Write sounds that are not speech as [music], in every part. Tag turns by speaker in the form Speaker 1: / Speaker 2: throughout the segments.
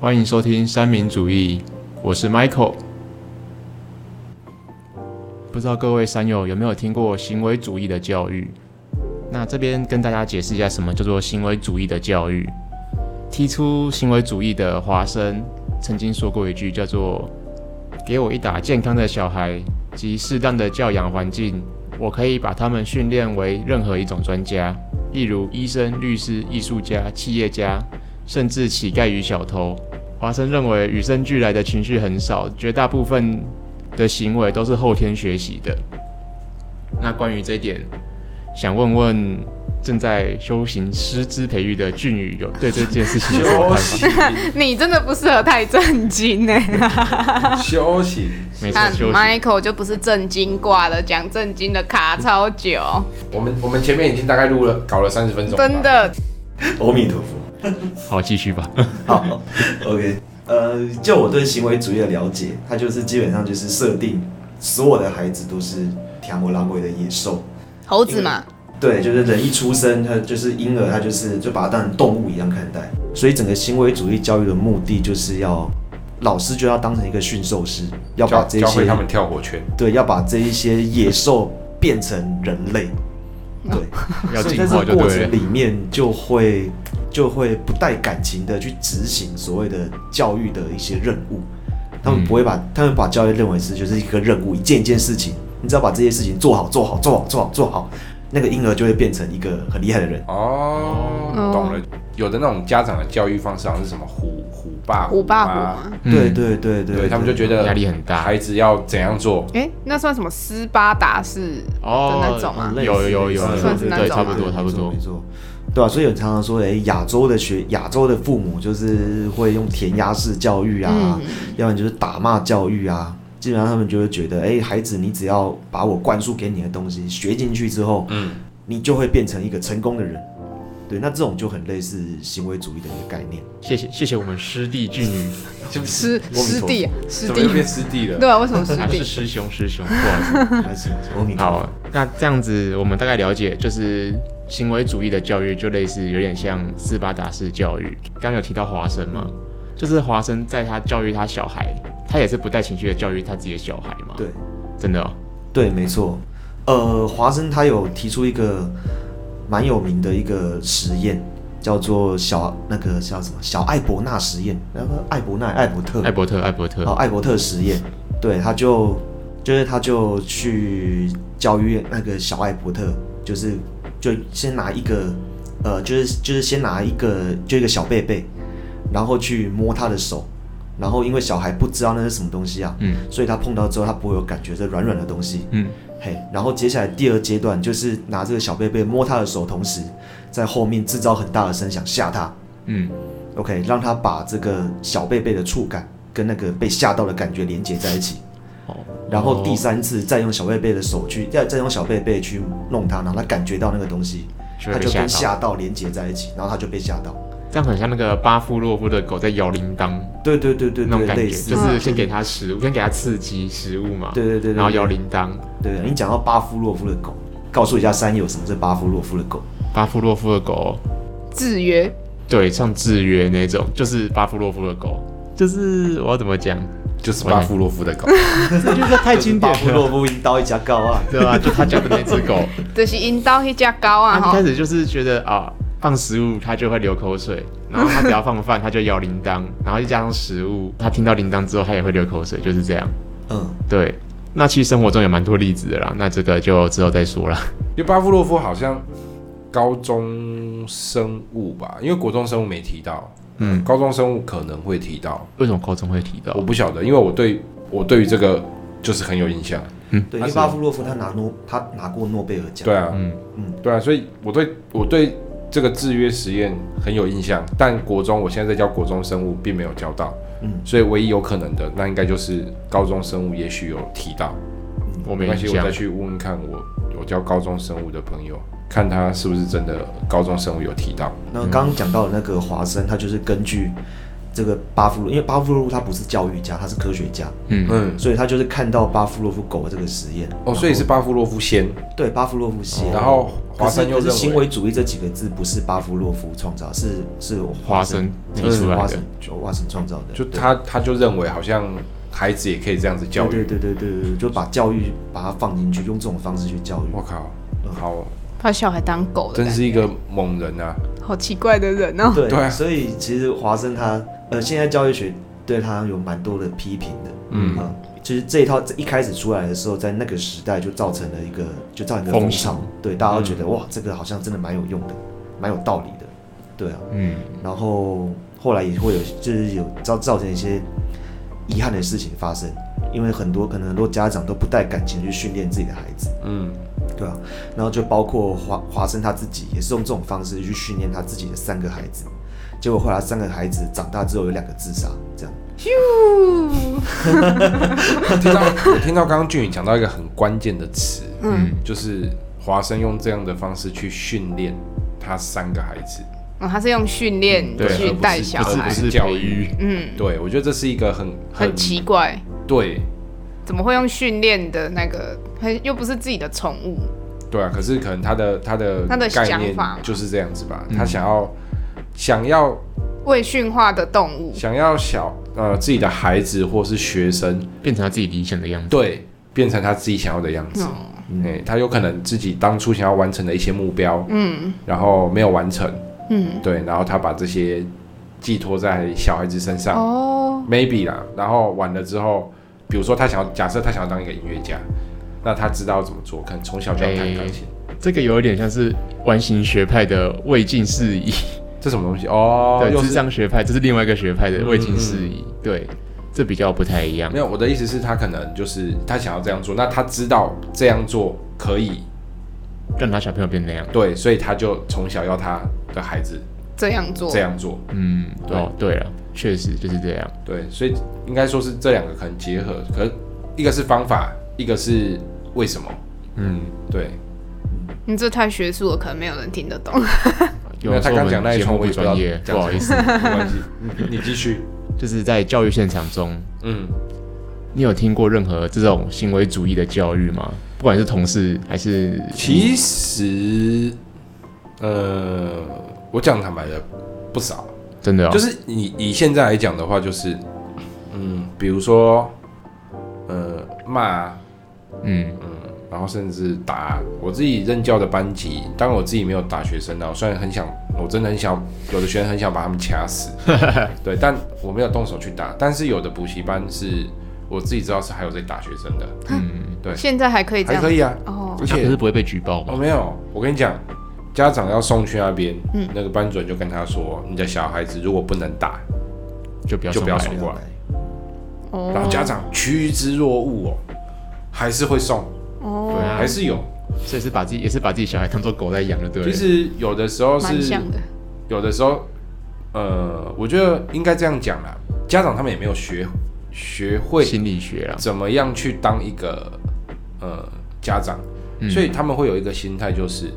Speaker 1: 欢迎收听三民主义，我是 Michael。不知道各位山友有没有听过行为主义的教育？那这边跟大家解释一下什么叫做行为主义的教育。提出行为主义的华生曾经说过一句叫做“给我一打健康的小孩及适当的教养环境，我可以把他们训练为任何一种专家，例如医生、律师、艺术家、企业家，甚至乞丐与小偷。”华生认为，与生俱来的情绪很少，绝大部分的行为都是后天学习的。那关于这一点，想问问正在修行师资培育的俊宇有对这件事情有什么看
Speaker 2: 修
Speaker 1: 法？
Speaker 2: 行，
Speaker 3: 你真的不适合太正经呢、欸
Speaker 2: [laughs] 修行，
Speaker 1: 没错，
Speaker 3: 看
Speaker 1: 修行。
Speaker 3: Michael 就不是正经挂的，讲正经的卡超久，
Speaker 2: 我们我们前面已经大概录了搞了三十分钟，
Speaker 3: 真，的。
Speaker 4: 阿弥陀佛。
Speaker 1: 好，继续吧。
Speaker 4: 好 [laughs] ，OK，呃，就我对行为主义的了解，它就是基本上就是设定所有的孩子都是条魔狼尾的野兽。
Speaker 3: 猴子嘛，
Speaker 4: 对，就是人一出生，他就是婴儿，他就是就把他当成动物一样看待。所以整个行为主义教育的目的就是要，老师就要当成一个驯兽师，要把
Speaker 2: 教
Speaker 4: 这
Speaker 2: 教
Speaker 4: 些
Speaker 2: 会他们跳火圈，
Speaker 4: 对，要把这一些野兽变成人类。对，
Speaker 2: [laughs]
Speaker 1: 要
Speaker 4: 所以
Speaker 1: 进
Speaker 4: 在这
Speaker 1: 化
Speaker 4: 个
Speaker 1: 就
Speaker 4: 过
Speaker 1: 对了
Speaker 4: 程。里面就会就会不带感情的去执行所谓的教育的一些任务，他们
Speaker 1: 嗯
Speaker 4: 不会把、他们把教育认为是就是一个任务，一件一件事情，你只要把这些事情做好做好做好做好做好，那个婴儿就会变成一个很厉害的人。
Speaker 2: 哦，
Speaker 3: 哦
Speaker 2: 懂了。有的那种家长的教育方式好像是什么虎虎爸
Speaker 3: 虎爸虎
Speaker 2: 妈，
Speaker 3: 嘛。
Speaker 1: 嗯
Speaker 4: 对对对对
Speaker 2: 对他们就觉得
Speaker 1: 压力很大
Speaker 2: 孩子要怎样做，
Speaker 3: 哎、那算什么斯巴达式
Speaker 1: 哦
Speaker 3: 的那种吗
Speaker 4: 类似
Speaker 1: 有有有有
Speaker 4: 类似
Speaker 3: 算是那
Speaker 1: 对，
Speaker 3: 种
Speaker 1: 差
Speaker 3: 吗
Speaker 1: 不多差不多
Speaker 4: 没。错。对啊，所以有常常说，哎、亚洲的学亚洲的父母就是会用填鸭式教育啊，
Speaker 3: 嗯
Speaker 4: 要不然就是打骂教育啊。基本上他们就会觉得，哎、孩子，你只要把我灌输给你的东西学进去之后，
Speaker 2: 嗯，
Speaker 4: 你就会变成一个成功的人。对，那这种就很类似行为主义的一个
Speaker 3: [laughs]
Speaker 4: 概念。
Speaker 1: 谢谢谢谢我们师弟俊宇，
Speaker 2: 是不是
Speaker 3: 师师弟啊师
Speaker 2: 怎么又
Speaker 3: 弟
Speaker 2: 变，师弟了？
Speaker 3: 对啊，为什么师
Speaker 1: 还是
Speaker 2: [laughs]
Speaker 3: 弟？
Speaker 1: 师兄师兄，不好意思。
Speaker 4: 还是阿弥陀佛
Speaker 1: 好，啊那这样子我们大概了解，就是行为主义的教育就类似有点像斯巴达式教育。刚刚有提到华生嘛，就是华生在他教育他小孩，他也是不带情绪的教育他自己的小孩嘛。
Speaker 4: 对，
Speaker 1: 真的哦。
Speaker 4: 对，没错。呃，华生他有提出一个蛮有名的一个实验，叫做小那个叫什么小艾伯纳实验，那个艾伯纳艾伯特
Speaker 1: 艾伯特，艾伯特
Speaker 4: 哦，，艾伯特实验，对，他就就是他就去教育那个小艾伯特，就是就先拿一个呃，就是就是先拿一个就一个小贝贝，然后去摸他的手，然后因为小孩不知道那是什么东西啊，
Speaker 1: 嗯
Speaker 4: 所以他碰到之后他不会有感觉，这软软的东西，
Speaker 1: 嗯，
Speaker 4: 嘿，然后接下来第二阶段就是拿这个小贝贝摸他的手，同时在后面制造很大的声响吓他，
Speaker 1: 嗯，
Speaker 4: OK，让他把这个小贝贝的触感跟那个被吓到的感觉连接在一起，
Speaker 1: 哦
Speaker 4: 然后第三次再用小贝贝的手去，再再用小贝贝去弄它，然后他感觉到那个东西，
Speaker 1: 就
Speaker 4: 他
Speaker 1: 会被
Speaker 4: 就跟
Speaker 1: 吓到，
Speaker 4: 吓到连接在一起，然后他就被吓到。
Speaker 1: 这样很像那个巴夫洛夫的狗在摇铃铛
Speaker 4: 对对对对
Speaker 1: 那种
Speaker 4: 对，
Speaker 1: 感觉，
Speaker 4: 类
Speaker 1: 嗯就
Speaker 4: 似，
Speaker 1: 是先给它食物，先给它刺激食物嘛，
Speaker 4: 对对对对，
Speaker 1: 然后摇
Speaker 4: 对
Speaker 1: 铃铛。
Speaker 4: 对，你讲到巴夫洛夫的狗，告诉一下山友什么是巴夫洛夫的狗？
Speaker 1: 巴夫洛夫的狗，
Speaker 3: 制约
Speaker 1: 对，像制约那种，就是巴夫洛夫的狗，就是我要怎么讲？
Speaker 2: 就是巴夫洛夫的狗，
Speaker 1: [laughs] 这就是太经典
Speaker 4: 巴夫洛夫一刀一家告啊！
Speaker 1: [laughs] 对吧、就他家的那只 [laughs] 狗，
Speaker 3: 就是引导那架高啊
Speaker 1: 他一
Speaker 3: 哈
Speaker 1: 开，始就是觉得啊，放食物它就会流口水，然后它只要放饭它就摇铃铛，然后再加上食物，它听到铃铛之后它也会流口水，就是这样。
Speaker 4: 嗯，
Speaker 1: 对，那其实生活中有蛮多例子的啦，那这个就之后再说啦。
Speaker 2: 因为巴夫洛夫好像高中生物吧，因为国中生物没提到，
Speaker 1: 嗯，
Speaker 2: 高中生物可能会提到，
Speaker 1: 为什么高中会提到
Speaker 2: 我？不晓得，因为我对我对于这个就是很有印象。
Speaker 4: 对，因
Speaker 2: 他
Speaker 4: 为
Speaker 2: 是
Speaker 4: 巴夫洛夫他拿诺，他拿过诺贝尔奖。
Speaker 2: 对啊，
Speaker 1: 嗯
Speaker 2: 对啊，所以我对我对这个制约实验很有印象，但国中我现在在教国中生物，并没有教到，
Speaker 4: 嗯
Speaker 2: 所以唯一有可能的，那应该就是高中生物也许有提到，
Speaker 4: 嗯
Speaker 1: 我没
Speaker 2: 没关
Speaker 1: 印
Speaker 2: 系，我
Speaker 1: 象
Speaker 2: 再。去问问看我有教高中生物的朋友，看他是不是真的高中生物有提到。
Speaker 4: 那刚刚讲到的那个华生，他就是根据这个巴夫洛，因为巴夫洛夫他不是教育家，他是科学家，
Speaker 1: 嗯
Speaker 2: 嗯，
Speaker 4: 所以他就是看到巴夫洛夫狗这个实验。
Speaker 2: 哦，所以是巴夫洛夫先，
Speaker 4: 对巴夫洛夫写的。
Speaker 2: 然后华
Speaker 4: 可是
Speaker 2: 生又
Speaker 4: 可是行
Speaker 2: 认
Speaker 4: 为
Speaker 2: 为，
Speaker 4: 主义这几个字不是巴夫洛夫创造，是是
Speaker 1: 华生提出来
Speaker 4: 华
Speaker 1: 的
Speaker 4: 生，就华生创造的。
Speaker 2: 就
Speaker 4: 对
Speaker 2: 他他就认为好像孩子也可以这样子教
Speaker 4: 对
Speaker 2: 育。
Speaker 4: 对对对对对，就把教育把它放进去，用这种方式去教育。
Speaker 2: 我靠，
Speaker 4: 嗯
Speaker 2: 好，
Speaker 3: 把小孩当狗的
Speaker 2: 真
Speaker 3: 感觉，
Speaker 2: 是一个猛人啊！
Speaker 3: 好奇怪的
Speaker 2: [laughs]
Speaker 3: 人哦。
Speaker 4: 对，
Speaker 2: 对啊
Speaker 4: 所以其实华生他呃，现在教育学对他有蛮多的批评的，
Speaker 2: 嗯
Speaker 4: 啊，其实这一套一开始出来的时候，在那个时代就造成了一个就造成一个
Speaker 1: 风
Speaker 4: 风
Speaker 1: 潮嗯
Speaker 4: 潮，对，大家都觉得、哇，这个好像真的蛮有用的，蛮有道理的，对啊，
Speaker 1: 嗯，
Speaker 4: 然后后来也会有就是有造造成一些遗憾的事情发生，因为很多可能很多家长都不带感情去训练自己的孩子，
Speaker 2: 嗯，
Speaker 4: 对啊，然后就包括华华生他自己也是用这种方式去训练他自己的三个孩子，结果后来他三个孩子长大之后有两个自杀，这样
Speaker 3: 咻，
Speaker 2: 听到我听到刚刚俊宇讲到一个很关键的词，
Speaker 3: 嗯
Speaker 2: 就是华生用这样的方式去训练他三个孩子，
Speaker 3: 哦他是用训练
Speaker 1: 对
Speaker 3: 嗯去
Speaker 2: 而不是
Speaker 3: 带小
Speaker 2: 而嗯
Speaker 3: 孩
Speaker 2: 不，
Speaker 1: 是
Speaker 2: 是
Speaker 1: 教
Speaker 2: 教
Speaker 1: 育
Speaker 2: 育，
Speaker 3: 嗯，
Speaker 2: 对我觉得这是一个很
Speaker 3: 很奇怪，
Speaker 2: 对
Speaker 3: 怎么会用训练的那个，很又不是自己的宠物，
Speaker 2: 对啊，可是可能他的他的
Speaker 3: 他的
Speaker 2: 概
Speaker 3: 想法
Speaker 2: 念就是这样子吧，他想要想要
Speaker 3: 未驯化的动物，
Speaker 2: 想要小呃自己的孩子或是学生
Speaker 1: 变成他自己理想的样子。
Speaker 2: 对变成他自己想要的样子，
Speaker 3: 哦，
Speaker 2: 哎、他有可能自己当初想要完成的一些目标，嗯，然后没有完成，
Speaker 3: 嗯，
Speaker 2: 对，然后他把这些寄托在小孩子身上、
Speaker 3: 哦，
Speaker 2: m a y b e 啦，然后完了之后，比如说他想要，假设他想要当一个音乐家，那他知道怎么做，可能从小就要弹
Speaker 1: 哎
Speaker 2: 钢琴，
Speaker 1: 这个有一点像是完形学派的魏晋释疑，
Speaker 2: 这什么东西哦，
Speaker 1: 对，
Speaker 2: 又
Speaker 1: 智
Speaker 2: 是嗯
Speaker 1: 障学派，这是另外一个学派的魏晋释疑，对，这比较不太一样
Speaker 2: 没。有，我的意思是，他可能就是他想要这样做，那他知道这样做可以，
Speaker 1: 让他小朋友变那样，
Speaker 2: 对，所以他就从小要他的孩子
Speaker 3: 这样做，
Speaker 2: 这样做，
Speaker 1: 嗯，
Speaker 2: 对
Speaker 1: 哦，对了，确实就是这样，
Speaker 2: 对，所以应该说是这两个可能结合，可一个是方法，一个是为什么，
Speaker 1: 嗯，
Speaker 2: 对，
Speaker 3: 你这太学术了，可能没有人听得懂。
Speaker 1: 有
Speaker 2: 没有他
Speaker 1: 时候
Speaker 2: 刚讲
Speaker 1: 我们
Speaker 2: 那一
Speaker 1: 节
Speaker 2: 串
Speaker 1: 目不
Speaker 2: 我也不知道
Speaker 1: 专业，
Speaker 2: 讲
Speaker 1: 不好意思，
Speaker 2: [laughs] 没关系，你继续，
Speaker 1: 就是在教育现场中，
Speaker 2: 嗯，
Speaker 1: 你有听过任何这种行为主义的教育吗？不管是同事还是
Speaker 2: 其实，呃，我讲坦白的不少，
Speaker 1: 真的、哦，
Speaker 2: 就是以以现在来讲的话，就是，嗯，比如说，呃，骂，
Speaker 1: 嗯，
Speaker 2: 然后甚至打。我自己任教的班级，当然我自己没有打学生啊，我虽然很想，我真的很想，有的学生很想把他们掐死，对，但我没有动手去打。但是有的补习班是我自己知道是还有在打学生的，对
Speaker 3: 现在还可以这
Speaker 2: 还
Speaker 3: 样
Speaker 2: 可以啊，
Speaker 3: 哦，
Speaker 2: 而
Speaker 1: 他
Speaker 2: 且
Speaker 1: 不是不会被举报
Speaker 2: 哦，
Speaker 1: 吗？
Speaker 2: 没有，我跟你讲，家长要送去那边，
Speaker 3: 嗯
Speaker 2: 那个班主任就跟他说，你的小孩子如果不能打，
Speaker 1: 就不要
Speaker 2: 就不要
Speaker 1: 送
Speaker 2: 送
Speaker 1: 来
Speaker 4: 啊
Speaker 2: 过来。
Speaker 3: 哦
Speaker 2: 然后家长趋之若鹜哦，还是会送，
Speaker 1: 对
Speaker 3: 哦，
Speaker 1: 啊
Speaker 2: 还是有。
Speaker 1: 所以是把自己也是把自己小孩当做狗在养的，对了。
Speaker 2: 其实有的时候
Speaker 3: 蛮
Speaker 2: 是，
Speaker 3: 像的，
Speaker 2: 有的时候，呃，我觉得应该这样讲啦，家长他们也没有学学会
Speaker 1: 心理学啊啦，
Speaker 2: 怎么样去当一个呃家长，
Speaker 1: 嗯
Speaker 2: 所以他们会有一个心态，就是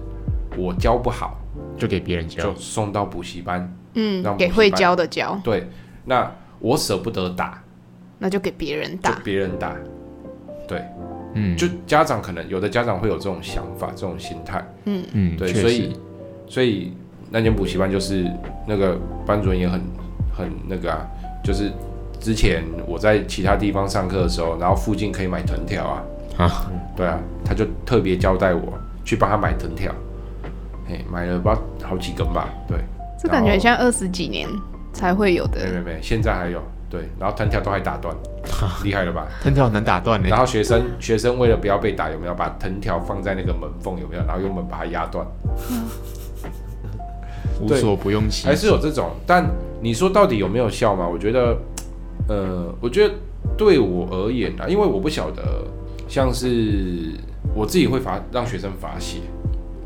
Speaker 2: 我教不好
Speaker 1: 就给别人教
Speaker 2: 就，送到补习班，让
Speaker 3: 嗯，
Speaker 2: 补习
Speaker 3: 给
Speaker 2: 班
Speaker 3: 会教的教，
Speaker 2: 对，那我舍不得打，
Speaker 3: 那就给别人
Speaker 2: 就
Speaker 3: 打，
Speaker 2: 别人打，对，
Speaker 1: 嗯，
Speaker 2: 就家长可能有的家长会有这种想法、这种心态，
Speaker 1: 嗯，
Speaker 2: 对，
Speaker 1: 确
Speaker 2: 所
Speaker 1: 实
Speaker 2: 以所以那间补习班就是那个班主任也很很那个啊，就是之前我在其他地方上课的时候，然后附近可以买藤条啊，
Speaker 1: 啊，
Speaker 2: 对啊，他就特别交代我去帮他买藤条，哎，买了不知道好几根吧，对，
Speaker 3: 这感觉
Speaker 2: 然
Speaker 3: 很
Speaker 2: 后
Speaker 3: 像二十几年才会有
Speaker 2: 没
Speaker 3: 的，
Speaker 2: 没没，现在还有对，然后藤条都还打断，厉害了吧？
Speaker 1: 藤条很难打断呢欸
Speaker 2: 然。后学生学生为了不要被打，有没有把藤条放在那个门缝有没有？然后用门把它压断，
Speaker 1: 无
Speaker 2: 对
Speaker 1: 所不用其
Speaker 2: 还是有这种。但你说到底有没有效吗？我觉得，呃，我觉得对我而言啊，因为我不晓得，像是我自己会罚让学生罚写，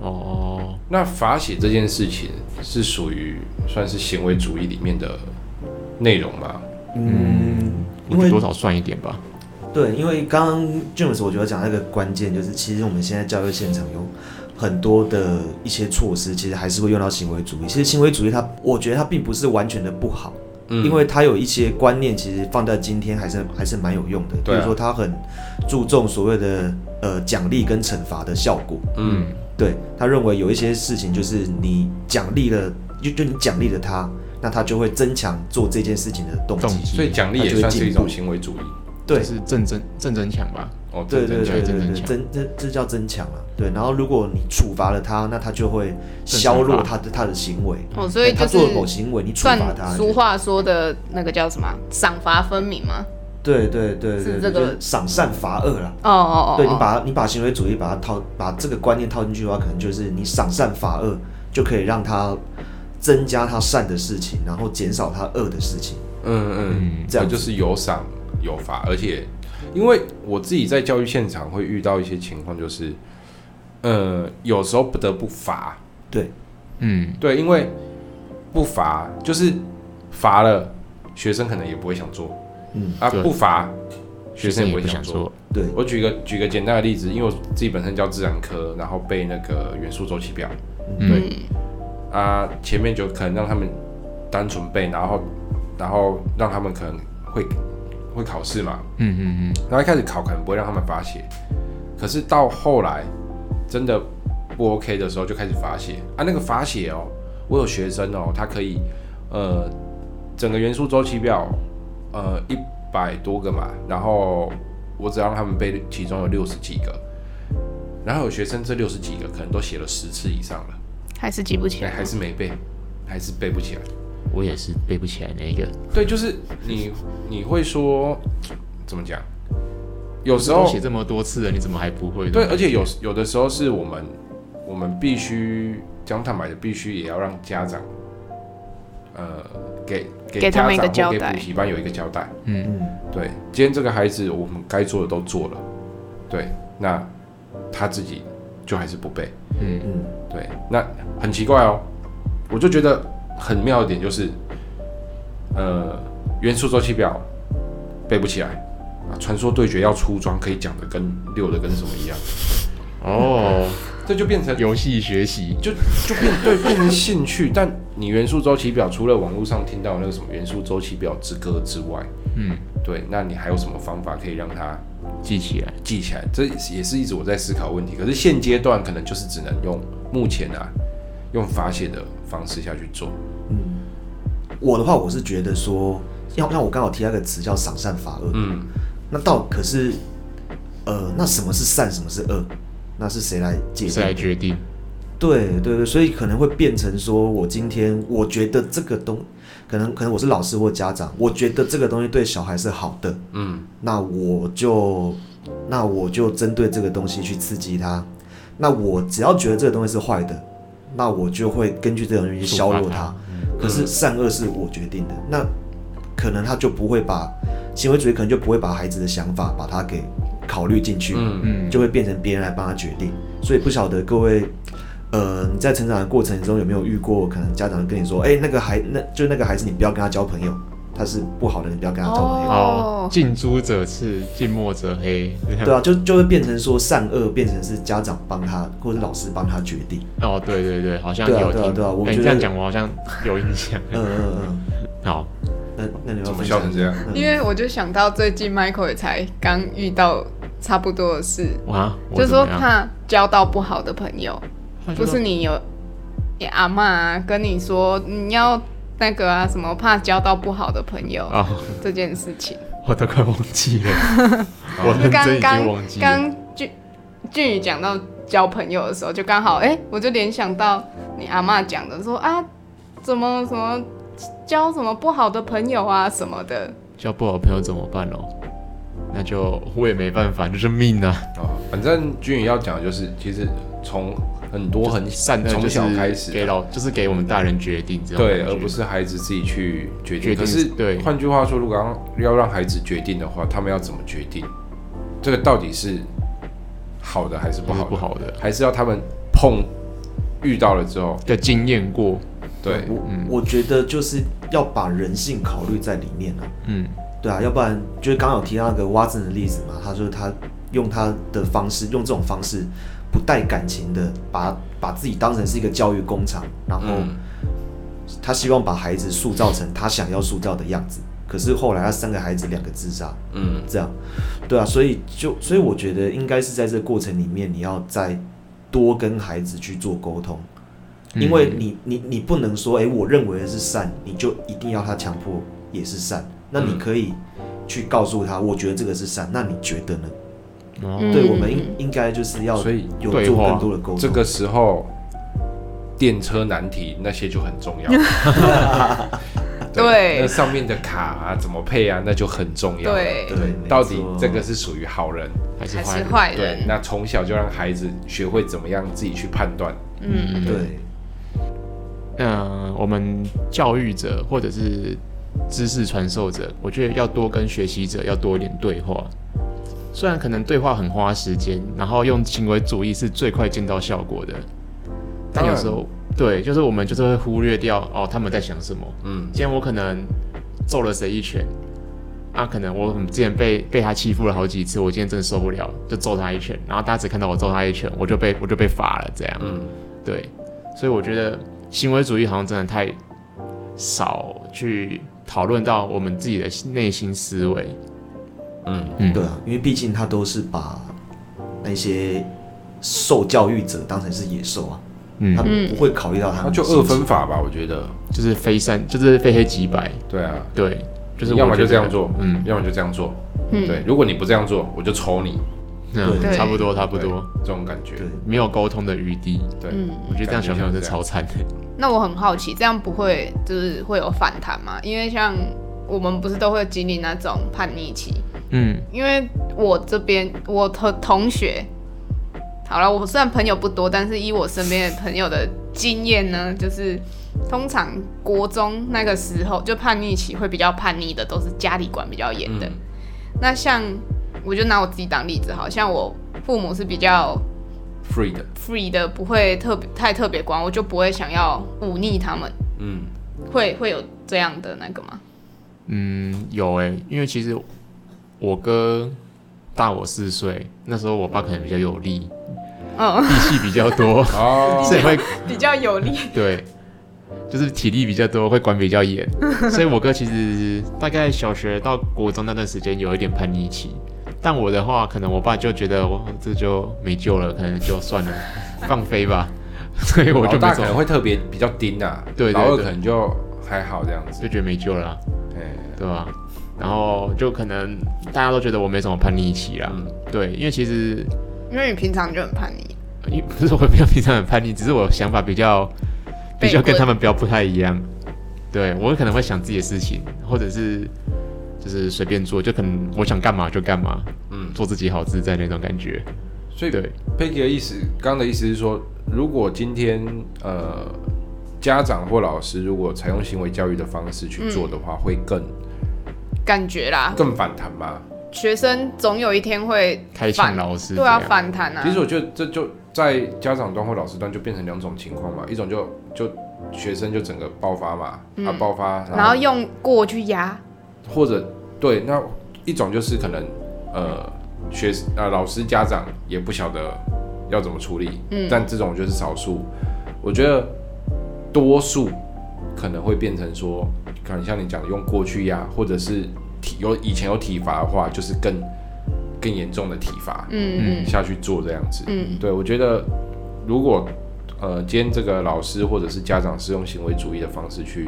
Speaker 1: 哦，
Speaker 2: 那罚写这件事情是属于算是行为主义里面的内容吗？
Speaker 4: 嗯，
Speaker 1: 我觉
Speaker 4: 因
Speaker 1: 得
Speaker 4: 为
Speaker 1: 多少算一点吧。
Speaker 4: 对，因为刚刚 James 我觉得讲那个关键就是，其实我们现在教育现场有很多的一些措施，其实还是会用到行为主义。其实行为主义它，我觉得它并不是完全的不好，
Speaker 2: 嗯
Speaker 4: 因为他有一些观念，其实放在今天还是还是蛮有用的。比
Speaker 2: 对啊
Speaker 4: 如说，他很注重所谓的呃奖励跟惩罚的效果。
Speaker 2: 嗯
Speaker 4: 对他认为有一些事情就是你奖励了，就就你奖励了他，那他就会增强做这件事情的动
Speaker 1: 动
Speaker 4: 机。
Speaker 1: 机
Speaker 2: 所以奖励也算是一种行为主义。
Speaker 4: 对
Speaker 1: 就，是正增正增强吧，
Speaker 2: 哦，
Speaker 4: 对对
Speaker 2: 真正
Speaker 4: 对对
Speaker 1: 增
Speaker 4: 对，
Speaker 1: 强
Speaker 4: 增这这叫增强啊。对，然后如果你处罚了他，那他就会削弱
Speaker 1: 正
Speaker 4: 他的他的行为。哎
Speaker 3: 哦，所以
Speaker 4: 他
Speaker 3: 就
Speaker 4: 做了某
Speaker 3: 是
Speaker 4: 行为，你处
Speaker 3: 算
Speaker 4: 罚他，
Speaker 3: 俗话说的那个叫什么啊赏罚分明吗？
Speaker 4: 对对对对，
Speaker 3: 是这个
Speaker 4: 就是赏善罚恶啦。
Speaker 3: 哦哦哦，
Speaker 4: 对你
Speaker 3: 哦
Speaker 4: 把你把行为主义把它套把这个观念套进去的话，可能就是你赏善罚恶，就可以让他增加他善的事情，然后减少他恶的事情。
Speaker 2: 嗯嗯，
Speaker 4: 这样子
Speaker 2: 就是有赏有罚，而且因为我自己在教育现场会遇到一些情况，就是呃，有时候不得不罚，
Speaker 4: 对
Speaker 1: 嗯，
Speaker 2: 对，因为不罚就是罚了，学生可能也不会想做，
Speaker 4: 嗯
Speaker 2: 啊，
Speaker 1: 对
Speaker 2: 不罚学生也
Speaker 1: 也
Speaker 2: 不
Speaker 1: 不
Speaker 2: 会想
Speaker 1: 想
Speaker 2: 做。
Speaker 1: 做，
Speaker 4: 对，
Speaker 2: 我举个举个简单的例子，因为我自己本身教自然科，然后背那个元素周期表，
Speaker 1: 嗯，
Speaker 2: 啊，前面就可能让他们单纯背，然后然后让他们可能会会考试嘛，
Speaker 1: 嗯嗯嗯，
Speaker 2: 然后一开始考可能不会让他们罚写，可是到后来真的不 OK 的时候就开始罚写啊，那个罚写哦，我有学生哦，他可以呃整个元素周期表呃一百多个嘛，然后我只让他们背其中有六十几个，然后有学生这六十几个可能都写了十次以上了，
Speaker 3: 还是记不起
Speaker 2: 哎，
Speaker 3: 来
Speaker 2: 还。是没背，还是背不起来。
Speaker 1: 我也是背不起来那一个，
Speaker 2: 对，就是你你会说怎么讲？有时候
Speaker 1: 都写这么多次了，你怎么还不会？
Speaker 2: 对，而且有有的时候是我们我们必须讲坦白的，必须也要让家长，呃，给给
Speaker 3: 给他
Speaker 2: 家
Speaker 3: 们一
Speaker 2: 长
Speaker 3: 个交
Speaker 2: 或给
Speaker 3: 代
Speaker 2: 补习班有一个交代。
Speaker 4: 嗯，
Speaker 2: 对，今天这个孩子我们该做的都做了，对，那他自己就还是不背，
Speaker 1: 嗯
Speaker 4: 嗯，
Speaker 2: 对，那很奇怪哦，我就觉得很妙的点就是，呃，元素周期表背不起来啊，传说对决要出装可以讲的跟溜的跟什么一样，
Speaker 1: [laughs] 哦，
Speaker 2: 这就变成
Speaker 1: 游戏学习，
Speaker 2: 就就变对变成兴趣，但你元素周期表除了网络上听到的那个什么元素周期表之歌之外，
Speaker 1: 嗯，
Speaker 2: 对，那你还有什么方法可以让它
Speaker 1: 记起来，
Speaker 2: 记起来？这也是一直我在思考的问题。可是现阶段可能就是只能用目前啊，用发泄的方式下去做。
Speaker 4: 我的话我是觉得说，要让我刚好提到一个词叫赏善罚恶。
Speaker 2: 嗯，
Speaker 4: 那到可是，呃，那什么是善，什么是恶？那是谁来界
Speaker 1: 谁来
Speaker 4: 定？
Speaker 1: 决定？
Speaker 4: 对对对，所以可能会变成说，我今天我觉得这个东，可能可能我是老师或家长，我觉得这个东西对小孩是好的，
Speaker 2: 嗯，
Speaker 4: 那我就那我就针对这个东西去刺激他。那我只要觉得这个东西是坏的，那我就会根据这个东西去削弱
Speaker 1: 处罚
Speaker 4: 它
Speaker 1: 它。
Speaker 4: 可是善恶是我决定的，那可能他就不会把行为主义，可能就不会把孩子的想法把它给考虑进去，
Speaker 2: 嗯
Speaker 1: 嗯
Speaker 4: 就会变成别人来帮他决定。所以不晓得各位。呃，你在成长的过程中有没有遇过，可能家长跟你说，哎、那个孩，那就那个孩子，你不要跟他交朋友，他是不好的，你不要跟他交朋友。
Speaker 1: 哦
Speaker 3: 哦，
Speaker 1: 近朱者赤，近墨者黑，
Speaker 4: 对啊，就就会变成说善恶变成是家长帮他或者老师帮他决定。
Speaker 1: [laughs] 哦，对对对，好像
Speaker 4: 对啊
Speaker 1: 有
Speaker 4: 对啊
Speaker 1: 听，
Speaker 4: 对啊我
Speaker 1: 哎
Speaker 4: 觉
Speaker 1: 你
Speaker 4: 得
Speaker 1: 这样讲我好像有印象。
Speaker 4: 嗯嗯
Speaker 1: 好，
Speaker 4: 嗯，那那你要
Speaker 2: 怎么
Speaker 4: 分
Speaker 2: 笑
Speaker 4: 享
Speaker 2: 成这样？
Speaker 3: 因为我就想到最近 Michael 也才刚遇到差不多的事，
Speaker 1: 哇，我
Speaker 3: 就是
Speaker 1: 怎么
Speaker 3: 说
Speaker 1: 样
Speaker 3: 怕交到不好的朋友，
Speaker 1: 他就
Speaker 3: 不
Speaker 1: 说
Speaker 3: 是你有嗯你阿妈、啊、跟你说你要那个啊什么怕交到不好的朋友、
Speaker 1: 哦，
Speaker 3: 这件事情，
Speaker 1: [laughs] 我都快忘记
Speaker 3: [laughs]
Speaker 1: 了， [laughs] 我
Speaker 3: 就
Speaker 1: 认真已
Speaker 3: 刚刚
Speaker 1: 经忘记了。
Speaker 3: 刚俊俊宇讲到交朋友的时候，就刚好哎、我就联想到你阿妈讲的说啊，怎么什么交什么不好的朋友啊什么的，
Speaker 1: 交不好朋友怎么办哦？那就我也没办法，就是命啊。
Speaker 2: 哦，反正君宇要讲的就是，其实从很多很
Speaker 1: 善恶
Speaker 2: 从
Speaker 1: 就是
Speaker 2: 小开始啊
Speaker 1: 给老就是给我们大人决定这种
Speaker 2: 对，
Speaker 1: 感觉
Speaker 2: 而不是孩子自己去决定。
Speaker 1: 决定
Speaker 2: 可是，
Speaker 1: 对
Speaker 2: 换句话说，如果让要让孩子决定的话，他们要怎么决定？这个到底是好的还是不
Speaker 1: 不
Speaker 2: 好
Speaker 1: 好
Speaker 2: 的？
Speaker 1: 不好的，
Speaker 2: 还是要他们碰遇到了之后，
Speaker 1: 的经验过，
Speaker 2: 对，嗯
Speaker 4: 我、我觉得就是要把人性考虑在里面啊。
Speaker 1: 嗯，
Speaker 4: 对啊，要不然就是刚刚有提到那个蛙子的例子嘛，他说他用他的方式，用这种方式不带感情的，把把自己当成是一个教育工厂，然后
Speaker 2: 嗯
Speaker 4: 他希望把孩子塑造成他想要塑造的样子。可是后来他三个孩子两个自杀，
Speaker 2: 嗯，
Speaker 4: 这样，对啊，所以就所以我觉得应该是在这个过程里面，你要再多跟孩子去做沟通，因为
Speaker 1: 嗯
Speaker 4: 你你你不能说，诶，哎我认为的是善，你就一定要他强迫也是善。那你
Speaker 2: 嗯
Speaker 4: 可以去告诉他，我觉得这个是善，那你觉得呢？
Speaker 1: 哦
Speaker 3: 嗯
Speaker 4: 对，我们应应该就是
Speaker 1: 嗯
Speaker 4: 要
Speaker 2: 所以
Speaker 4: 有
Speaker 1: 对
Speaker 4: 做
Speaker 1: 话
Speaker 4: 更多的沟通。
Speaker 2: 这个时候电车难题那些就很重
Speaker 3: [laughs]
Speaker 2: 要。
Speaker 3: 对
Speaker 2: 那上面的卡啊，怎么配啊，那就很重要。，
Speaker 3: 对，
Speaker 4: 对，没
Speaker 2: 到底
Speaker 4: 错
Speaker 2: 这个是属于好人，
Speaker 1: 还是
Speaker 3: 还
Speaker 1: 坏
Speaker 3: 是
Speaker 1: 人，
Speaker 3: 坏
Speaker 2: 对，
Speaker 3: 人，
Speaker 2: 那从小就让孩子学会怎么样自己去判断。
Speaker 3: 嗯，
Speaker 4: 对
Speaker 1: 嗯，我们教育者或者是知识传授者，我觉得要多跟学习者要多一点对话。虽然可能对话很花时间，然后用行为主义是最快见到效果的，但有时候对，就是我们就是会忽略掉哦他们在想什么。
Speaker 2: 嗯，
Speaker 1: 今天我可能揍了谁一拳，啊，可能我之前被被他欺负了好几次，我今天真的受不了，就揍他一拳，然后大家只看到我揍他一拳，我就被我就被罚了这样。
Speaker 2: 嗯，
Speaker 1: 对，所以我觉得行为主义好像真的太少去讨论到我们自己的内心思维。
Speaker 2: 嗯，
Speaker 1: 嗯
Speaker 4: 对啊，因为毕竟他都是把那些受教育者当成是野兽啊，他
Speaker 1: 嗯，
Speaker 4: 们不会考虑到他
Speaker 2: 那
Speaker 4: 们
Speaker 2: 就
Speaker 4: 的心
Speaker 2: 二
Speaker 4: 情
Speaker 2: 分法吧，我觉得。
Speaker 1: 就是非三，就是非黑即白。
Speaker 2: 对啊，
Speaker 1: 对，就是我
Speaker 2: 要么
Speaker 1: 觉
Speaker 2: 就
Speaker 1: 得
Speaker 2: 这样做，
Speaker 1: 嗯，
Speaker 2: 要么就这样做。
Speaker 3: 嗯
Speaker 2: 对，如果你不这样做，我就抽你，
Speaker 1: 嗯，
Speaker 4: 对
Speaker 1: 差不多，差不
Speaker 2: 对
Speaker 1: 多，
Speaker 2: 这种感觉。
Speaker 4: 对
Speaker 1: 没有沟通的余地。
Speaker 2: 对，
Speaker 3: 嗯
Speaker 1: 我觉得这样
Speaker 2: 感觉
Speaker 1: 想想
Speaker 2: 就是这样
Speaker 1: 超惨的。
Speaker 3: 那我很好奇，这样不会就是会有反弹吗？因为像我们不是都会经历那种叛逆期，
Speaker 1: 嗯
Speaker 3: 因为我这边我的同学，好了，我虽然朋友不多，但是以我身边的朋友的经验呢，就是通常国中那个时候就叛逆期会比较叛逆的，都是家里管比较严的。
Speaker 2: 嗯
Speaker 3: 那像我就拿我自己当例子好，像我父母是比较
Speaker 2: free 的，
Speaker 3: free 的，不会特别太特别管，我就不会想要忤逆他们，
Speaker 2: 嗯，，
Speaker 3: 会会有这样的那个吗？
Speaker 1: 嗯，有诶、因为其实我哥大我四岁，那时候我爸可能比较有力，
Speaker 3: 嗯，
Speaker 1: 力气比较多 [laughs]
Speaker 2: 哦，
Speaker 1: 所以会
Speaker 3: 比较有力。
Speaker 1: 对，就是体力比较多，会管比较严，所以我哥其实大概小学到国中那段时间有一点叛逆期。但我的话，可能我爸就觉得我这就没救了，可能就算了，放飞吧。 [laughs] 所以我就
Speaker 2: 老
Speaker 1: 没
Speaker 2: 哦大可
Speaker 1: 走，
Speaker 2: 能会特别比较盯啊，
Speaker 1: 对对
Speaker 2: 老二
Speaker 1: 对
Speaker 2: 可能就还好这样子
Speaker 1: 就，觉得没救了啊、
Speaker 2: 哎，
Speaker 1: 对吧、然后就可能大家都觉得我没什么叛逆期啦，
Speaker 2: 嗯
Speaker 1: 对，因为其实
Speaker 3: 因为你平常就很叛逆，
Speaker 1: [laughs] 因为不是我没有平常很叛逆，只是我想法比较比较跟他们比较不太一样。对我可能会想自己的事情，或者是就是随便做，就可能我想干嘛就干嘛，
Speaker 2: 嗯，
Speaker 1: 做自己好自在那种感觉。
Speaker 2: 所以
Speaker 1: 对，
Speaker 2: 佩奇的意思，刚刚的意思是说，如果今天呃家长或老师如果采用行为教育的方式
Speaker 3: 嗯
Speaker 2: 去做的话，会更
Speaker 3: 感觉啦，
Speaker 2: 更反弹吗？
Speaker 3: 学生总有一天会
Speaker 1: 开枪
Speaker 3: 反
Speaker 1: 老师
Speaker 3: 对啊，
Speaker 1: 这样
Speaker 3: 反弹啊。
Speaker 2: 其实我觉得这就在家长端或老师端就变成两种情况嘛，一种就就学生就整个爆发嘛，啊爆发，
Speaker 3: 嗯然后用过去压，
Speaker 2: 或者对，那一种就是可能呃学呃老师家长也不晓得要怎么处理，
Speaker 3: 嗯
Speaker 2: 但这种就是少数。我觉得多数可能会变成说，可能像你讲的用过去呀，或者是体有以前有体罚的话，就是更更严重的体罚、
Speaker 3: 嗯嗯
Speaker 2: 下去做这样子。
Speaker 3: 嗯
Speaker 2: 对，我觉得如果呃，今天这个老师或者是家长是用行为主义的方式去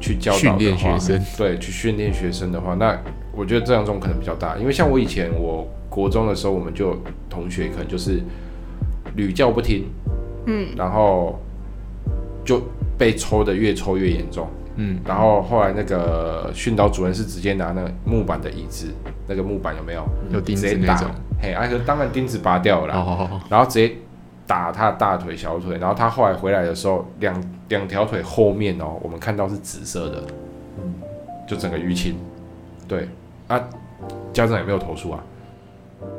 Speaker 2: 去教导
Speaker 1: 训练
Speaker 2: 的话
Speaker 1: 学生，
Speaker 2: 对，去训练学生的话，那我觉得这两种可能比较大，因为像我以前我国中的时候，我们就有同学可能就是屡教不听，
Speaker 3: 嗯，
Speaker 2: 然后就被抽的越抽越严重。
Speaker 1: 嗯，
Speaker 2: 然后后来那个训导主任是直接拿那个木板的椅子，那个木板有没有？
Speaker 1: 有钉
Speaker 2: 直
Speaker 1: 子
Speaker 2: 接
Speaker 1: 那
Speaker 2: 打
Speaker 1: 种。，
Speaker 2: 嘿，啊，可当然钉子拔掉了啦，
Speaker 1: 哦，
Speaker 2: 然后直接打他的大腿、小腿，然后他后来回来的时候，两两条腿后面哦，我们看到是紫色的，就整个淤青。对啊，家长也没有投诉啊。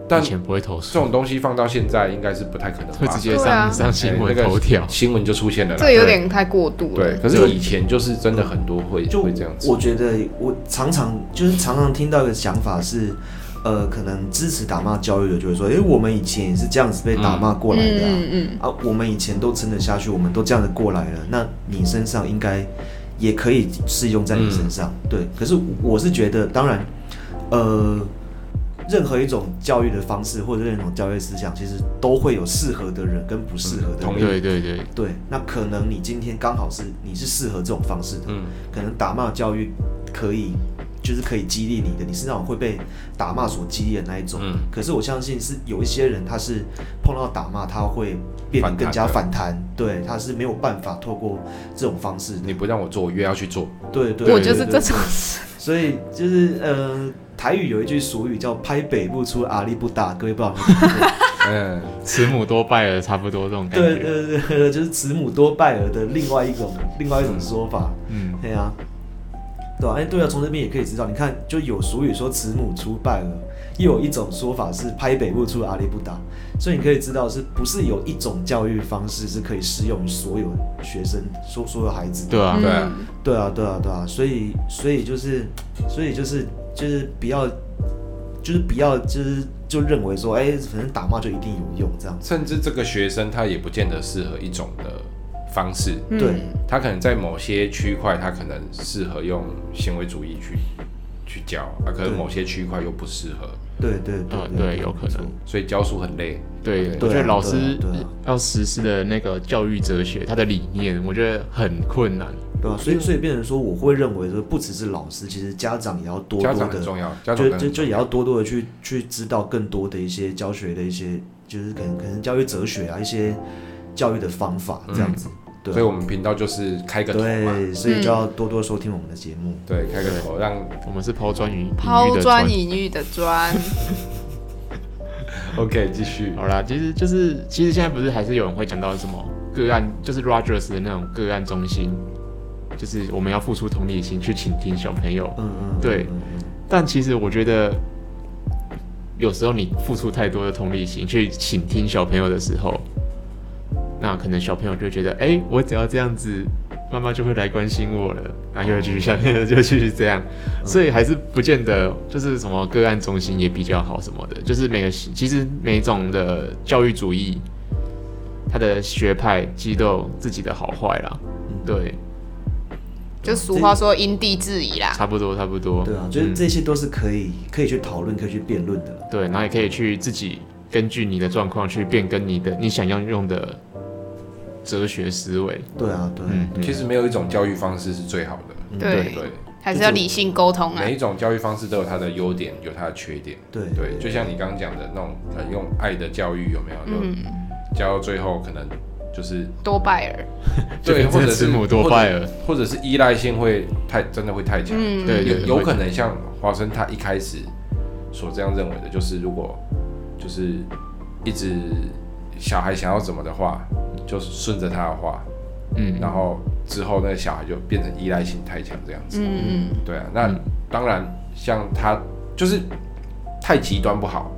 Speaker 2: 但
Speaker 1: 以前不会投
Speaker 2: 这
Speaker 1: 诉，
Speaker 2: 种东西放到现在应该是不太可能
Speaker 1: 会直
Speaker 2: 发生，
Speaker 1: 接
Speaker 3: 对啊
Speaker 1: 上上新闻
Speaker 2: 哎那个
Speaker 1: 头条。
Speaker 2: 新闻就出现了啦。
Speaker 3: 这有点太过度了。
Speaker 2: 对，可是以前就是真的很多会
Speaker 4: 就
Speaker 2: 会这样子
Speaker 4: 我。觉得我常常就是常常听到一个想法是，呃，可能支持打骂教育的就会说，诶，我们以前也是这样子被打骂过来的啊，
Speaker 3: 嗯嗯
Speaker 4: 啊，我们以前都撑得下去，我们都这样子过来了，那你身上应该也可以适用在你身上，对。可是我是觉得，当然，呃，任何一种教育的方式或者任何一种教育思想，其实都会有适合的人跟不适合的
Speaker 2: 同
Speaker 4: 人。
Speaker 1: 对对对，
Speaker 4: 对，那可能你今天刚好是你是适合这种方式的，
Speaker 2: 嗯，
Speaker 4: 可能打骂教育可以，就是可以激励你的，你是那种会被打骂所激励的那一种。
Speaker 2: 嗯
Speaker 4: 可是我相信是有一些人，他是碰到打骂，他会变得更加反弹，对，他是没有办法透过这种方式的。
Speaker 2: 你不让我做，我越要去做。
Speaker 4: 对对，
Speaker 3: 我
Speaker 4: 对
Speaker 3: 就是
Speaker 4: 对
Speaker 3: 这种，
Speaker 4: 所以就是呃，台语有一句俗语叫“拍北部出阿力不打”，各位不好意思。
Speaker 2: 嗯，
Speaker 1: 慈母多败儿，差不多这种 [laughs] 感
Speaker 4: 对
Speaker 1: 觉。
Speaker 4: 对对对，就是慈母多败儿的另外一种另外一种说法。
Speaker 1: 嗯，
Speaker 4: 对啊，对啊，哎、对啊，从这边也可以知道，你看，就有俗语说“慈母出败儿”，又有一种说法是“拍北部出阿里不达”，所以你可以知道，是不是有一种教育方式是可以适用于所有学生、所所有孩子的？
Speaker 1: 对啊，
Speaker 3: 嗯
Speaker 2: 对啊
Speaker 4: 对啊，对啊，对啊，所以，所以就是，所以就是，就是不要，就是不要，就是就认为说，哎、反正打骂就一定有用这样子。
Speaker 2: 甚至这个学生他也不见得适合一种的方式，
Speaker 3: 嗯
Speaker 4: 对
Speaker 2: 他可能在某些区块，他可能适合用行为主义去去教，啊，可能
Speaker 4: 对
Speaker 2: 某些区块又不适合，
Speaker 4: 对对对
Speaker 1: 呃
Speaker 4: 对，
Speaker 1: 对有可
Speaker 4: 没错
Speaker 1: 能
Speaker 2: 所以教书很累。
Speaker 1: 对，
Speaker 2: 对
Speaker 1: 我觉
Speaker 4: 对啊
Speaker 1: 得老
Speaker 4: 对啊
Speaker 1: 师
Speaker 4: 对啊
Speaker 1: 要实施的那个教育哲学，他的理念，我觉得很困难。
Speaker 4: 对吧、所以，所以变成说，我会认为说，不只是老师，其实家长也要多
Speaker 2: 家
Speaker 4: 多
Speaker 2: 长
Speaker 4: 的
Speaker 2: 很重要，家长
Speaker 4: 就
Speaker 2: 很
Speaker 4: 就
Speaker 2: 重
Speaker 4: 就也要多多的去去知道更多的一些教学的一些，就是可能可能教育哲学啊，一些教育的方法这样子。
Speaker 2: 要，所以
Speaker 4: 对啊
Speaker 2: 我们频道就是开个头嘛，
Speaker 4: 对，所以就要
Speaker 3: 嗯
Speaker 4: 多多收听我们的节目。
Speaker 2: 对，开个头，让
Speaker 1: 我们是抛砖引引玉
Speaker 3: 抛
Speaker 1: 的
Speaker 3: 砖引玉的砖，
Speaker 2: OK 继续，
Speaker 1: 好啦，其实就是其实现在不是还是有人会讲到什么个案，就是 Rogers 的那种个案中心，就是我们要付出同理心去倾听小朋友。
Speaker 4: 嗯嗯，
Speaker 1: 对
Speaker 4: 嗯嗯
Speaker 1: 但其实我觉得，有时候你付出太多的同理心去倾听小朋友的时候，那可能小朋友就会觉得，哎、我只要这样子，妈妈就会来关心我了，然后就会继续下面就继续这样， [laughs] 所以还是不见得就是什么个案中心也比较好什么的，就是每个其实每种的教育主义，它的学派其实都有自己的好坏啦，
Speaker 4: 嗯
Speaker 1: 对，
Speaker 3: 就俗话说因地制宜啦。
Speaker 1: 差不多差不多，
Speaker 4: 嗯对啊，就是
Speaker 1: 嗯
Speaker 4: 这些都是可以可以去讨论、可以去辩论的。
Speaker 1: 对，然后也可以去自己根据你的状况去变更你的你想要用的哲学思维。
Speaker 4: 对啊，对啊
Speaker 1: 嗯
Speaker 4: 对啊
Speaker 2: 其实没有一种教育方式是最好的，
Speaker 3: 对，
Speaker 2: 对，哎
Speaker 3: 还是要理性沟通啊
Speaker 2: 每。一种教育方式都有它的优点，有它的缺点。
Speaker 4: 对
Speaker 2: 对，就像你刚刚讲的那种很用爱的教育，有没有？就
Speaker 3: 嗯，
Speaker 2: 教到最后可能就是
Speaker 3: 多拜尔，
Speaker 1: 就
Speaker 2: 对，
Speaker 1: 变
Speaker 2: 或
Speaker 1: 成
Speaker 2: 者是
Speaker 1: 慈母多败儿，
Speaker 2: 或者是依赖性会太真的会太强。
Speaker 3: 嗯
Speaker 1: 对对对
Speaker 2: 有有
Speaker 1: 会
Speaker 2: 可能像华生他一开始所这样认为的，就是如果就是一直小孩想要怎么的话，就是顺着他的话，
Speaker 1: 嗯，
Speaker 2: 然后之后那个小孩就变成依赖性太强这样子。
Speaker 3: 嗯嗯，
Speaker 2: 对啊，那、
Speaker 1: 嗯
Speaker 2: 当然像他就是太极端不好。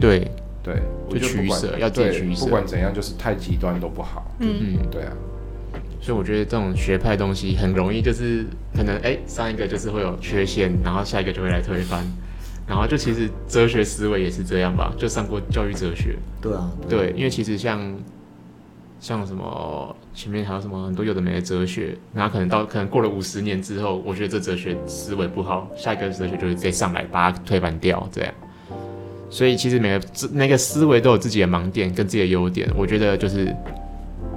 Speaker 1: 对，
Speaker 2: 对，我
Speaker 1: 就
Speaker 2: 觉得
Speaker 1: 取
Speaker 2: 不管
Speaker 1: 舍要自己
Speaker 2: 对
Speaker 1: 取舍
Speaker 2: 不管怎样，就是太极端都不好。
Speaker 1: 嗯，
Speaker 2: 对啊，
Speaker 1: 所以我觉得这种学派东西很容易就是可能哎、上一个就是会有缺陷，然后下一个就会来推翻。然后就其实哲学思维也是这样吧，就上过教育哲学，
Speaker 4: 对啊，
Speaker 1: 对，
Speaker 3: 嗯
Speaker 1: 因为其实像像什么前面还有什么很多有的没的哲学，然后可能到可能过了五十年之后，我觉得这哲学思维不好，下一个哲学就会再上来把它推翻掉，这样。所以其实每个自那个思维都有自己的盲点跟自己的优点，我觉得就是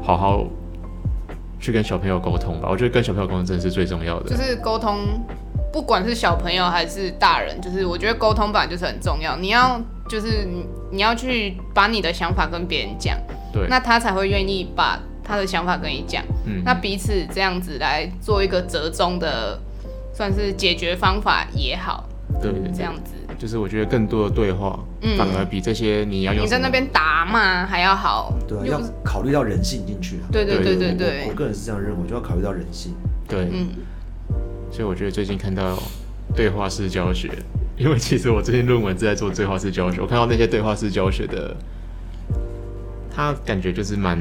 Speaker 1: 好好去跟小朋友沟通吧。我觉得跟小朋友沟通真的是最重要的
Speaker 3: 就。是沟通，不管是小朋友还是大人，就是我觉得沟通本来就是很重要。你要就是你你要去把你的想法跟别人讲，
Speaker 1: 对，
Speaker 3: 那他才会愿意把他的想法跟你讲。
Speaker 1: 嗯，
Speaker 3: 那彼此这样子来做一个折中的，算是解决方法也好，
Speaker 1: 对对
Speaker 3: 这
Speaker 1: 对，
Speaker 3: 样子。
Speaker 1: 就是我觉得更多的对话，
Speaker 3: 嗯
Speaker 1: 反而比这些你要用
Speaker 3: 你在
Speaker 1: 什
Speaker 3: 那
Speaker 1: 么
Speaker 3: 边打骂还要好，
Speaker 4: 对啊，
Speaker 3: 又
Speaker 4: 要
Speaker 3: 不是
Speaker 4: 考虑到人性进去啊。
Speaker 3: 对对对
Speaker 1: 对
Speaker 3: 对
Speaker 4: 我
Speaker 3: 对
Speaker 4: 我个人是这样认为，就要考虑到人性。
Speaker 1: 对，
Speaker 3: 嗯，
Speaker 1: 所以我觉得最近看到对话式教学，因为其实我最近论文是在做对话式教学，我看到那些对话式教学的，
Speaker 4: 嗯
Speaker 1: 他感觉就是蛮，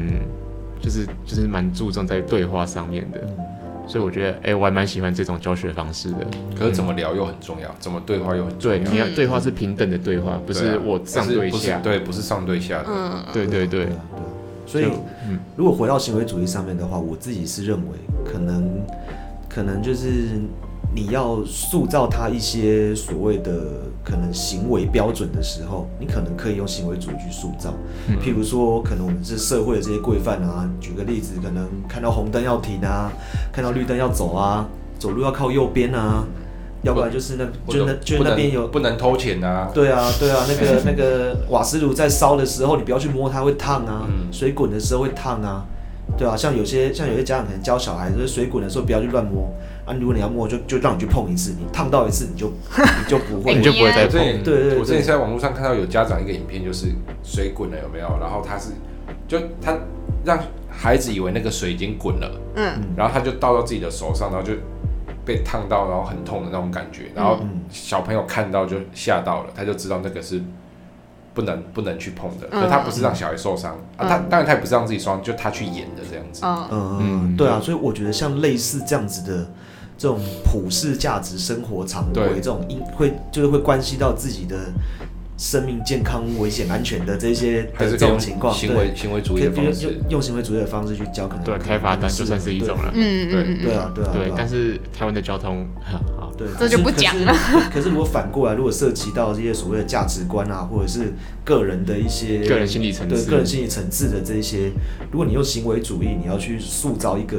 Speaker 1: 就是就是蛮注重在对话上面的，所以我觉得，哎、我还蛮喜欢这种教学方式的。
Speaker 2: 可是怎么聊又很重要，怎么对话又很重
Speaker 1: 对，
Speaker 2: 要。
Speaker 1: 你要对话是平等的对话，不
Speaker 2: 嗯对
Speaker 1: 是
Speaker 2: 啊
Speaker 1: 我上
Speaker 2: 不是
Speaker 1: 对
Speaker 2: 不是
Speaker 1: 下。
Speaker 2: 对，不是上对下的。
Speaker 3: 嗯，
Speaker 1: 对对对
Speaker 4: 对啊，对啊。所以
Speaker 1: 就，嗯
Speaker 4: 如果回到行为主义上面的话，我自己是认为，可能，可能就是你要塑造他一些所谓的可能行为标准的时候，你可能可以用行为主义去塑造。
Speaker 1: 嗯
Speaker 4: 譬如说，可能我们是社会的这些规范啊，举个例子，可能看到红灯要停啊，看到绿灯要走啊，走路要靠右边啊，要不然就是那，
Speaker 2: 或
Speaker 4: 就
Speaker 2: 者
Speaker 4: 那，就
Speaker 2: 不
Speaker 4: 那
Speaker 2: 能
Speaker 4: 边有
Speaker 2: 不能偷钱啊，
Speaker 4: 对啊，对啊，那
Speaker 2: [laughs]
Speaker 4: 个那个瓦斯炉在烧的时候，你不要去摸它，会烫啊。
Speaker 2: 嗯
Speaker 4: 水滚的时候会烫啊，对啊，像有些像有些家长可能教小孩，就是水滚的时候不要去乱摸啊。如果你要摸，就就让你去碰一次，你烫到一次
Speaker 2: [laughs]
Speaker 4: 你就你就不会。
Speaker 2: 哎
Speaker 1: 你就不会再
Speaker 2: 我之前
Speaker 1: 碰。
Speaker 4: 对对对
Speaker 2: 我之前在网络上看到有家长一个影片，就是水滚了有没有？然后他是就他让孩子以为那个水已经滚了，
Speaker 3: 嗯，
Speaker 2: 然后他就倒到自己的手上，然后就被烫到，然后很痛的那种感觉。然
Speaker 4: 嗯
Speaker 2: 后
Speaker 3: 嗯
Speaker 2: 小朋友看到就吓到了，他就知道那个是不能不能去碰的。
Speaker 3: 嗯
Speaker 2: 可是他不是让小孩受伤、啊，他当然他也不是让自己受伤，就他去演的这样子。
Speaker 3: 哦，
Speaker 4: 嗯
Speaker 1: 嗯，
Speaker 4: 对啊，所以我觉得像类似这样子的这种普世价值生活常规
Speaker 2: 对，
Speaker 4: 这种因会就是会关系到自己的生命健康、危险、安全的这些
Speaker 2: 还
Speaker 4: 的
Speaker 2: 是可
Speaker 4: 这
Speaker 2: 以
Speaker 4: 种
Speaker 2: 用
Speaker 4: 情况，
Speaker 2: 行为行为主
Speaker 4: 对，
Speaker 2: 义
Speaker 4: 可以
Speaker 2: 的
Speaker 4: 比如
Speaker 2: 方
Speaker 4: 用
Speaker 2: 式，
Speaker 4: 用行为主义的方式去教，可能
Speaker 1: 对，开罚单就算是一种。
Speaker 4: 对
Speaker 1: 了。
Speaker 3: 嗯
Speaker 2: 对
Speaker 3: 嗯
Speaker 4: 对
Speaker 3: 嗯
Speaker 4: 啊，对啊，
Speaker 1: 对，
Speaker 4: 啊
Speaker 1: 但是台湾的交通很好。
Speaker 4: 对，
Speaker 3: 这就不讲
Speaker 4: 了。可是如果反过来，如果涉及到这些所谓的价值观啊，或者是个人的一些
Speaker 1: 个人心理层次
Speaker 4: 对个人心理层次的这些，如果你用行为主义，你要去塑造一个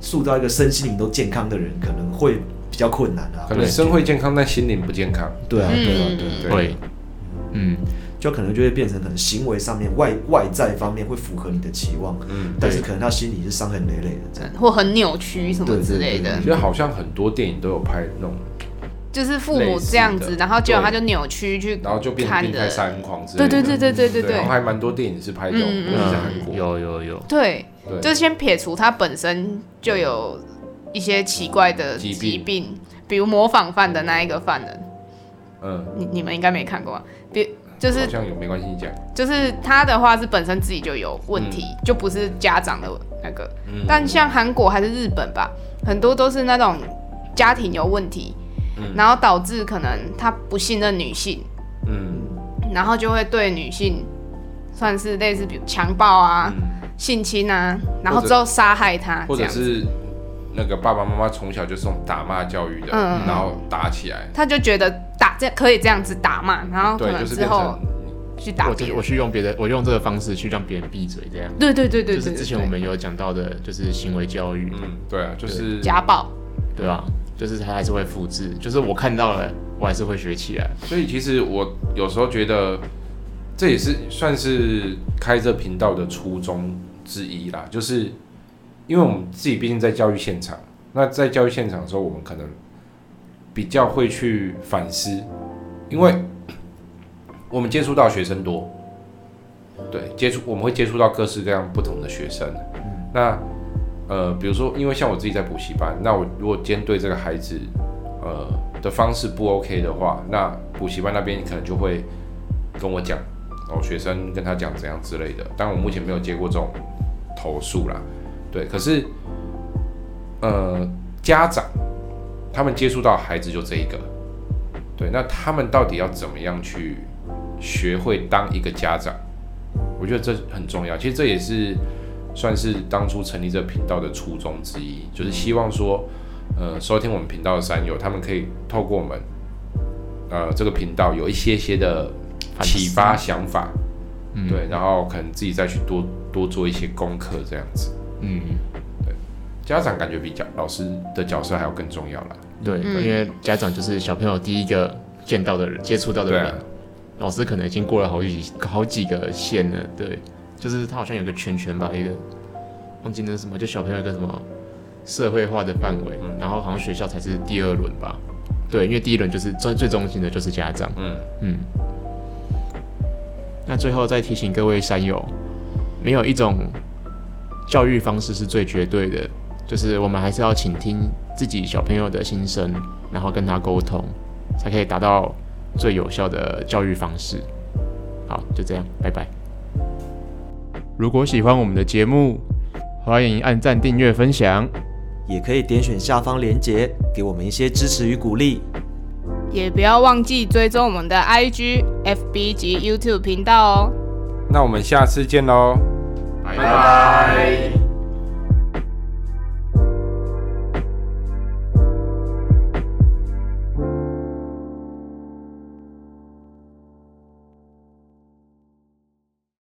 Speaker 4: 塑造一个身心灵都健康的人，可能会比较困难啊
Speaker 2: 可。能身会健康，但心灵不健康。
Speaker 4: 对啊，
Speaker 3: 嗯
Speaker 4: 对啊，对啊，
Speaker 2: 对
Speaker 1: 对，嗯，
Speaker 4: 就可能就会变成可能行为上面外外在方面会符合你的期望，
Speaker 2: 嗯，
Speaker 4: 但是可能他心里是伤痕累累的这样。
Speaker 3: 嗯，或很扭曲什么之类的
Speaker 4: 对对对
Speaker 2: 我，觉得好像很多电影都有拍那种，
Speaker 3: 就是父母这样
Speaker 2: 类
Speaker 3: 子
Speaker 2: 似，的
Speaker 3: 然后结果
Speaker 2: 对
Speaker 3: 他就扭曲去
Speaker 2: 然后就变成
Speaker 3: 看
Speaker 2: 病态
Speaker 3: 的，
Speaker 2: 杀人狂之类
Speaker 3: 对
Speaker 2: 的。
Speaker 3: 对对对对对
Speaker 2: 然
Speaker 3: 对
Speaker 2: 后还蛮多电影是拍这种，
Speaker 3: 嗯
Speaker 2: 尤其是韩国。
Speaker 1: 有有有，
Speaker 3: 对，
Speaker 2: 对，
Speaker 3: 就先撇除他本身就有一些奇怪的
Speaker 2: 疾
Speaker 3: 疾
Speaker 2: 病
Speaker 3: 病，比如模仿犯的那一个犯人，
Speaker 2: 嗯，
Speaker 3: 你你们应该没看过吧？比就是
Speaker 2: 好像有没关系，你讲。
Speaker 3: 就是他的话是本身自己就有问题，
Speaker 2: 嗯
Speaker 3: 就不是家长的那个。但像韩国还是日本吧，很多都是那种家庭有问题，然后导致可能他不信任女性，
Speaker 2: 嗯
Speaker 3: 然后就会对女性算是类似比如强暴啊、
Speaker 2: 嗯，
Speaker 3: 性侵啊，然后之后杀害她
Speaker 2: 或
Speaker 3: 啊这
Speaker 2: 者
Speaker 3: 样。
Speaker 2: 是那个爸爸妈妈从小就是这种打骂教育的，
Speaker 3: 嗯嗯嗯
Speaker 2: 然后打起来，
Speaker 3: 他就觉得打这可以这样子打骂，然后可
Speaker 2: 对，
Speaker 3: 能
Speaker 2: 就是
Speaker 3: 之
Speaker 2: 变
Speaker 3: 后
Speaker 2: 成
Speaker 3: 去打
Speaker 1: 我
Speaker 3: 别
Speaker 1: 就
Speaker 3: 人
Speaker 1: 我。去用别的，我用这个方式去让别人闭嘴，这样。
Speaker 3: 对对对对
Speaker 1: 就是
Speaker 3: 对，
Speaker 1: 之
Speaker 3: 对
Speaker 1: 前我们有讲到的，就是行为教育，
Speaker 2: 嗯，对啊，就是
Speaker 3: 对家暴，
Speaker 1: 对吧？就是它还是会复制，就是我看到了，我还是会学起来。
Speaker 2: 所以其实我有时候觉得，这也是算是开这频道的初衷之一啦，就是因为我们自己毕竟在教育现场，那在教育现场的时候，我们可能比较会去反思，因为我们接触到学生多，对，接触我们会接触到各式各样不同的学生，那。呃，比如说，因为像我自己在补习班，那我如果今天对这个孩子呃的方式不 OK 的话，那补习班那边可能就会跟我讲，哦，学生跟他讲怎样之类的。但我目前没有接过这种投诉啦，对。可是，呃，家长他们接触到孩子就这一个，对。那他们到底要怎么样去学会当一个家长？我觉得这很重要。其实这也是算是当初成立这个频道的初衷之一，就是希望说。呃收听我们频道的山友，他们可以透过我们呃这个频道有一些些的
Speaker 1: 反思
Speaker 2: 启发想法，
Speaker 1: 嗯，
Speaker 2: 对，，然后可能自己再去多多做一些功课这样子。
Speaker 1: 嗯，
Speaker 2: 家长感觉比较老师的角色还要更重要啦，
Speaker 1: 对，
Speaker 3: 嗯
Speaker 1: 因为家长就是小朋友第一个见到的人、接触到的
Speaker 2: 对
Speaker 1: 人，
Speaker 2: 啊，
Speaker 1: 老师可能已经过了好几好几个线了，对，就是他好像有个圈圈吧，一个忘记那是什么，就小朋友一个什么社会化的范围，然后好像学校才是第二轮吧，对，因为第一轮就是最最中心的就是家长，
Speaker 2: 嗯，
Speaker 1: 嗯。那最后再提醒各位山友，没有一种教育方式是最绝对的，就是我们还是要倾听自己小朋友的心声，然后跟他沟通，才可以达到最有效的教育方式。好，就这样，拜拜。如果喜欢我们的节目，欢迎按赞、订阅、分享。
Speaker 4: 也可以点选下方链接，给我们一些支持与鼓励。
Speaker 3: 也不要忘记追踪我们的 IG、FB 及 YouTube 频道哦。
Speaker 2: 那我们下次见喽。
Speaker 1: 拜拜。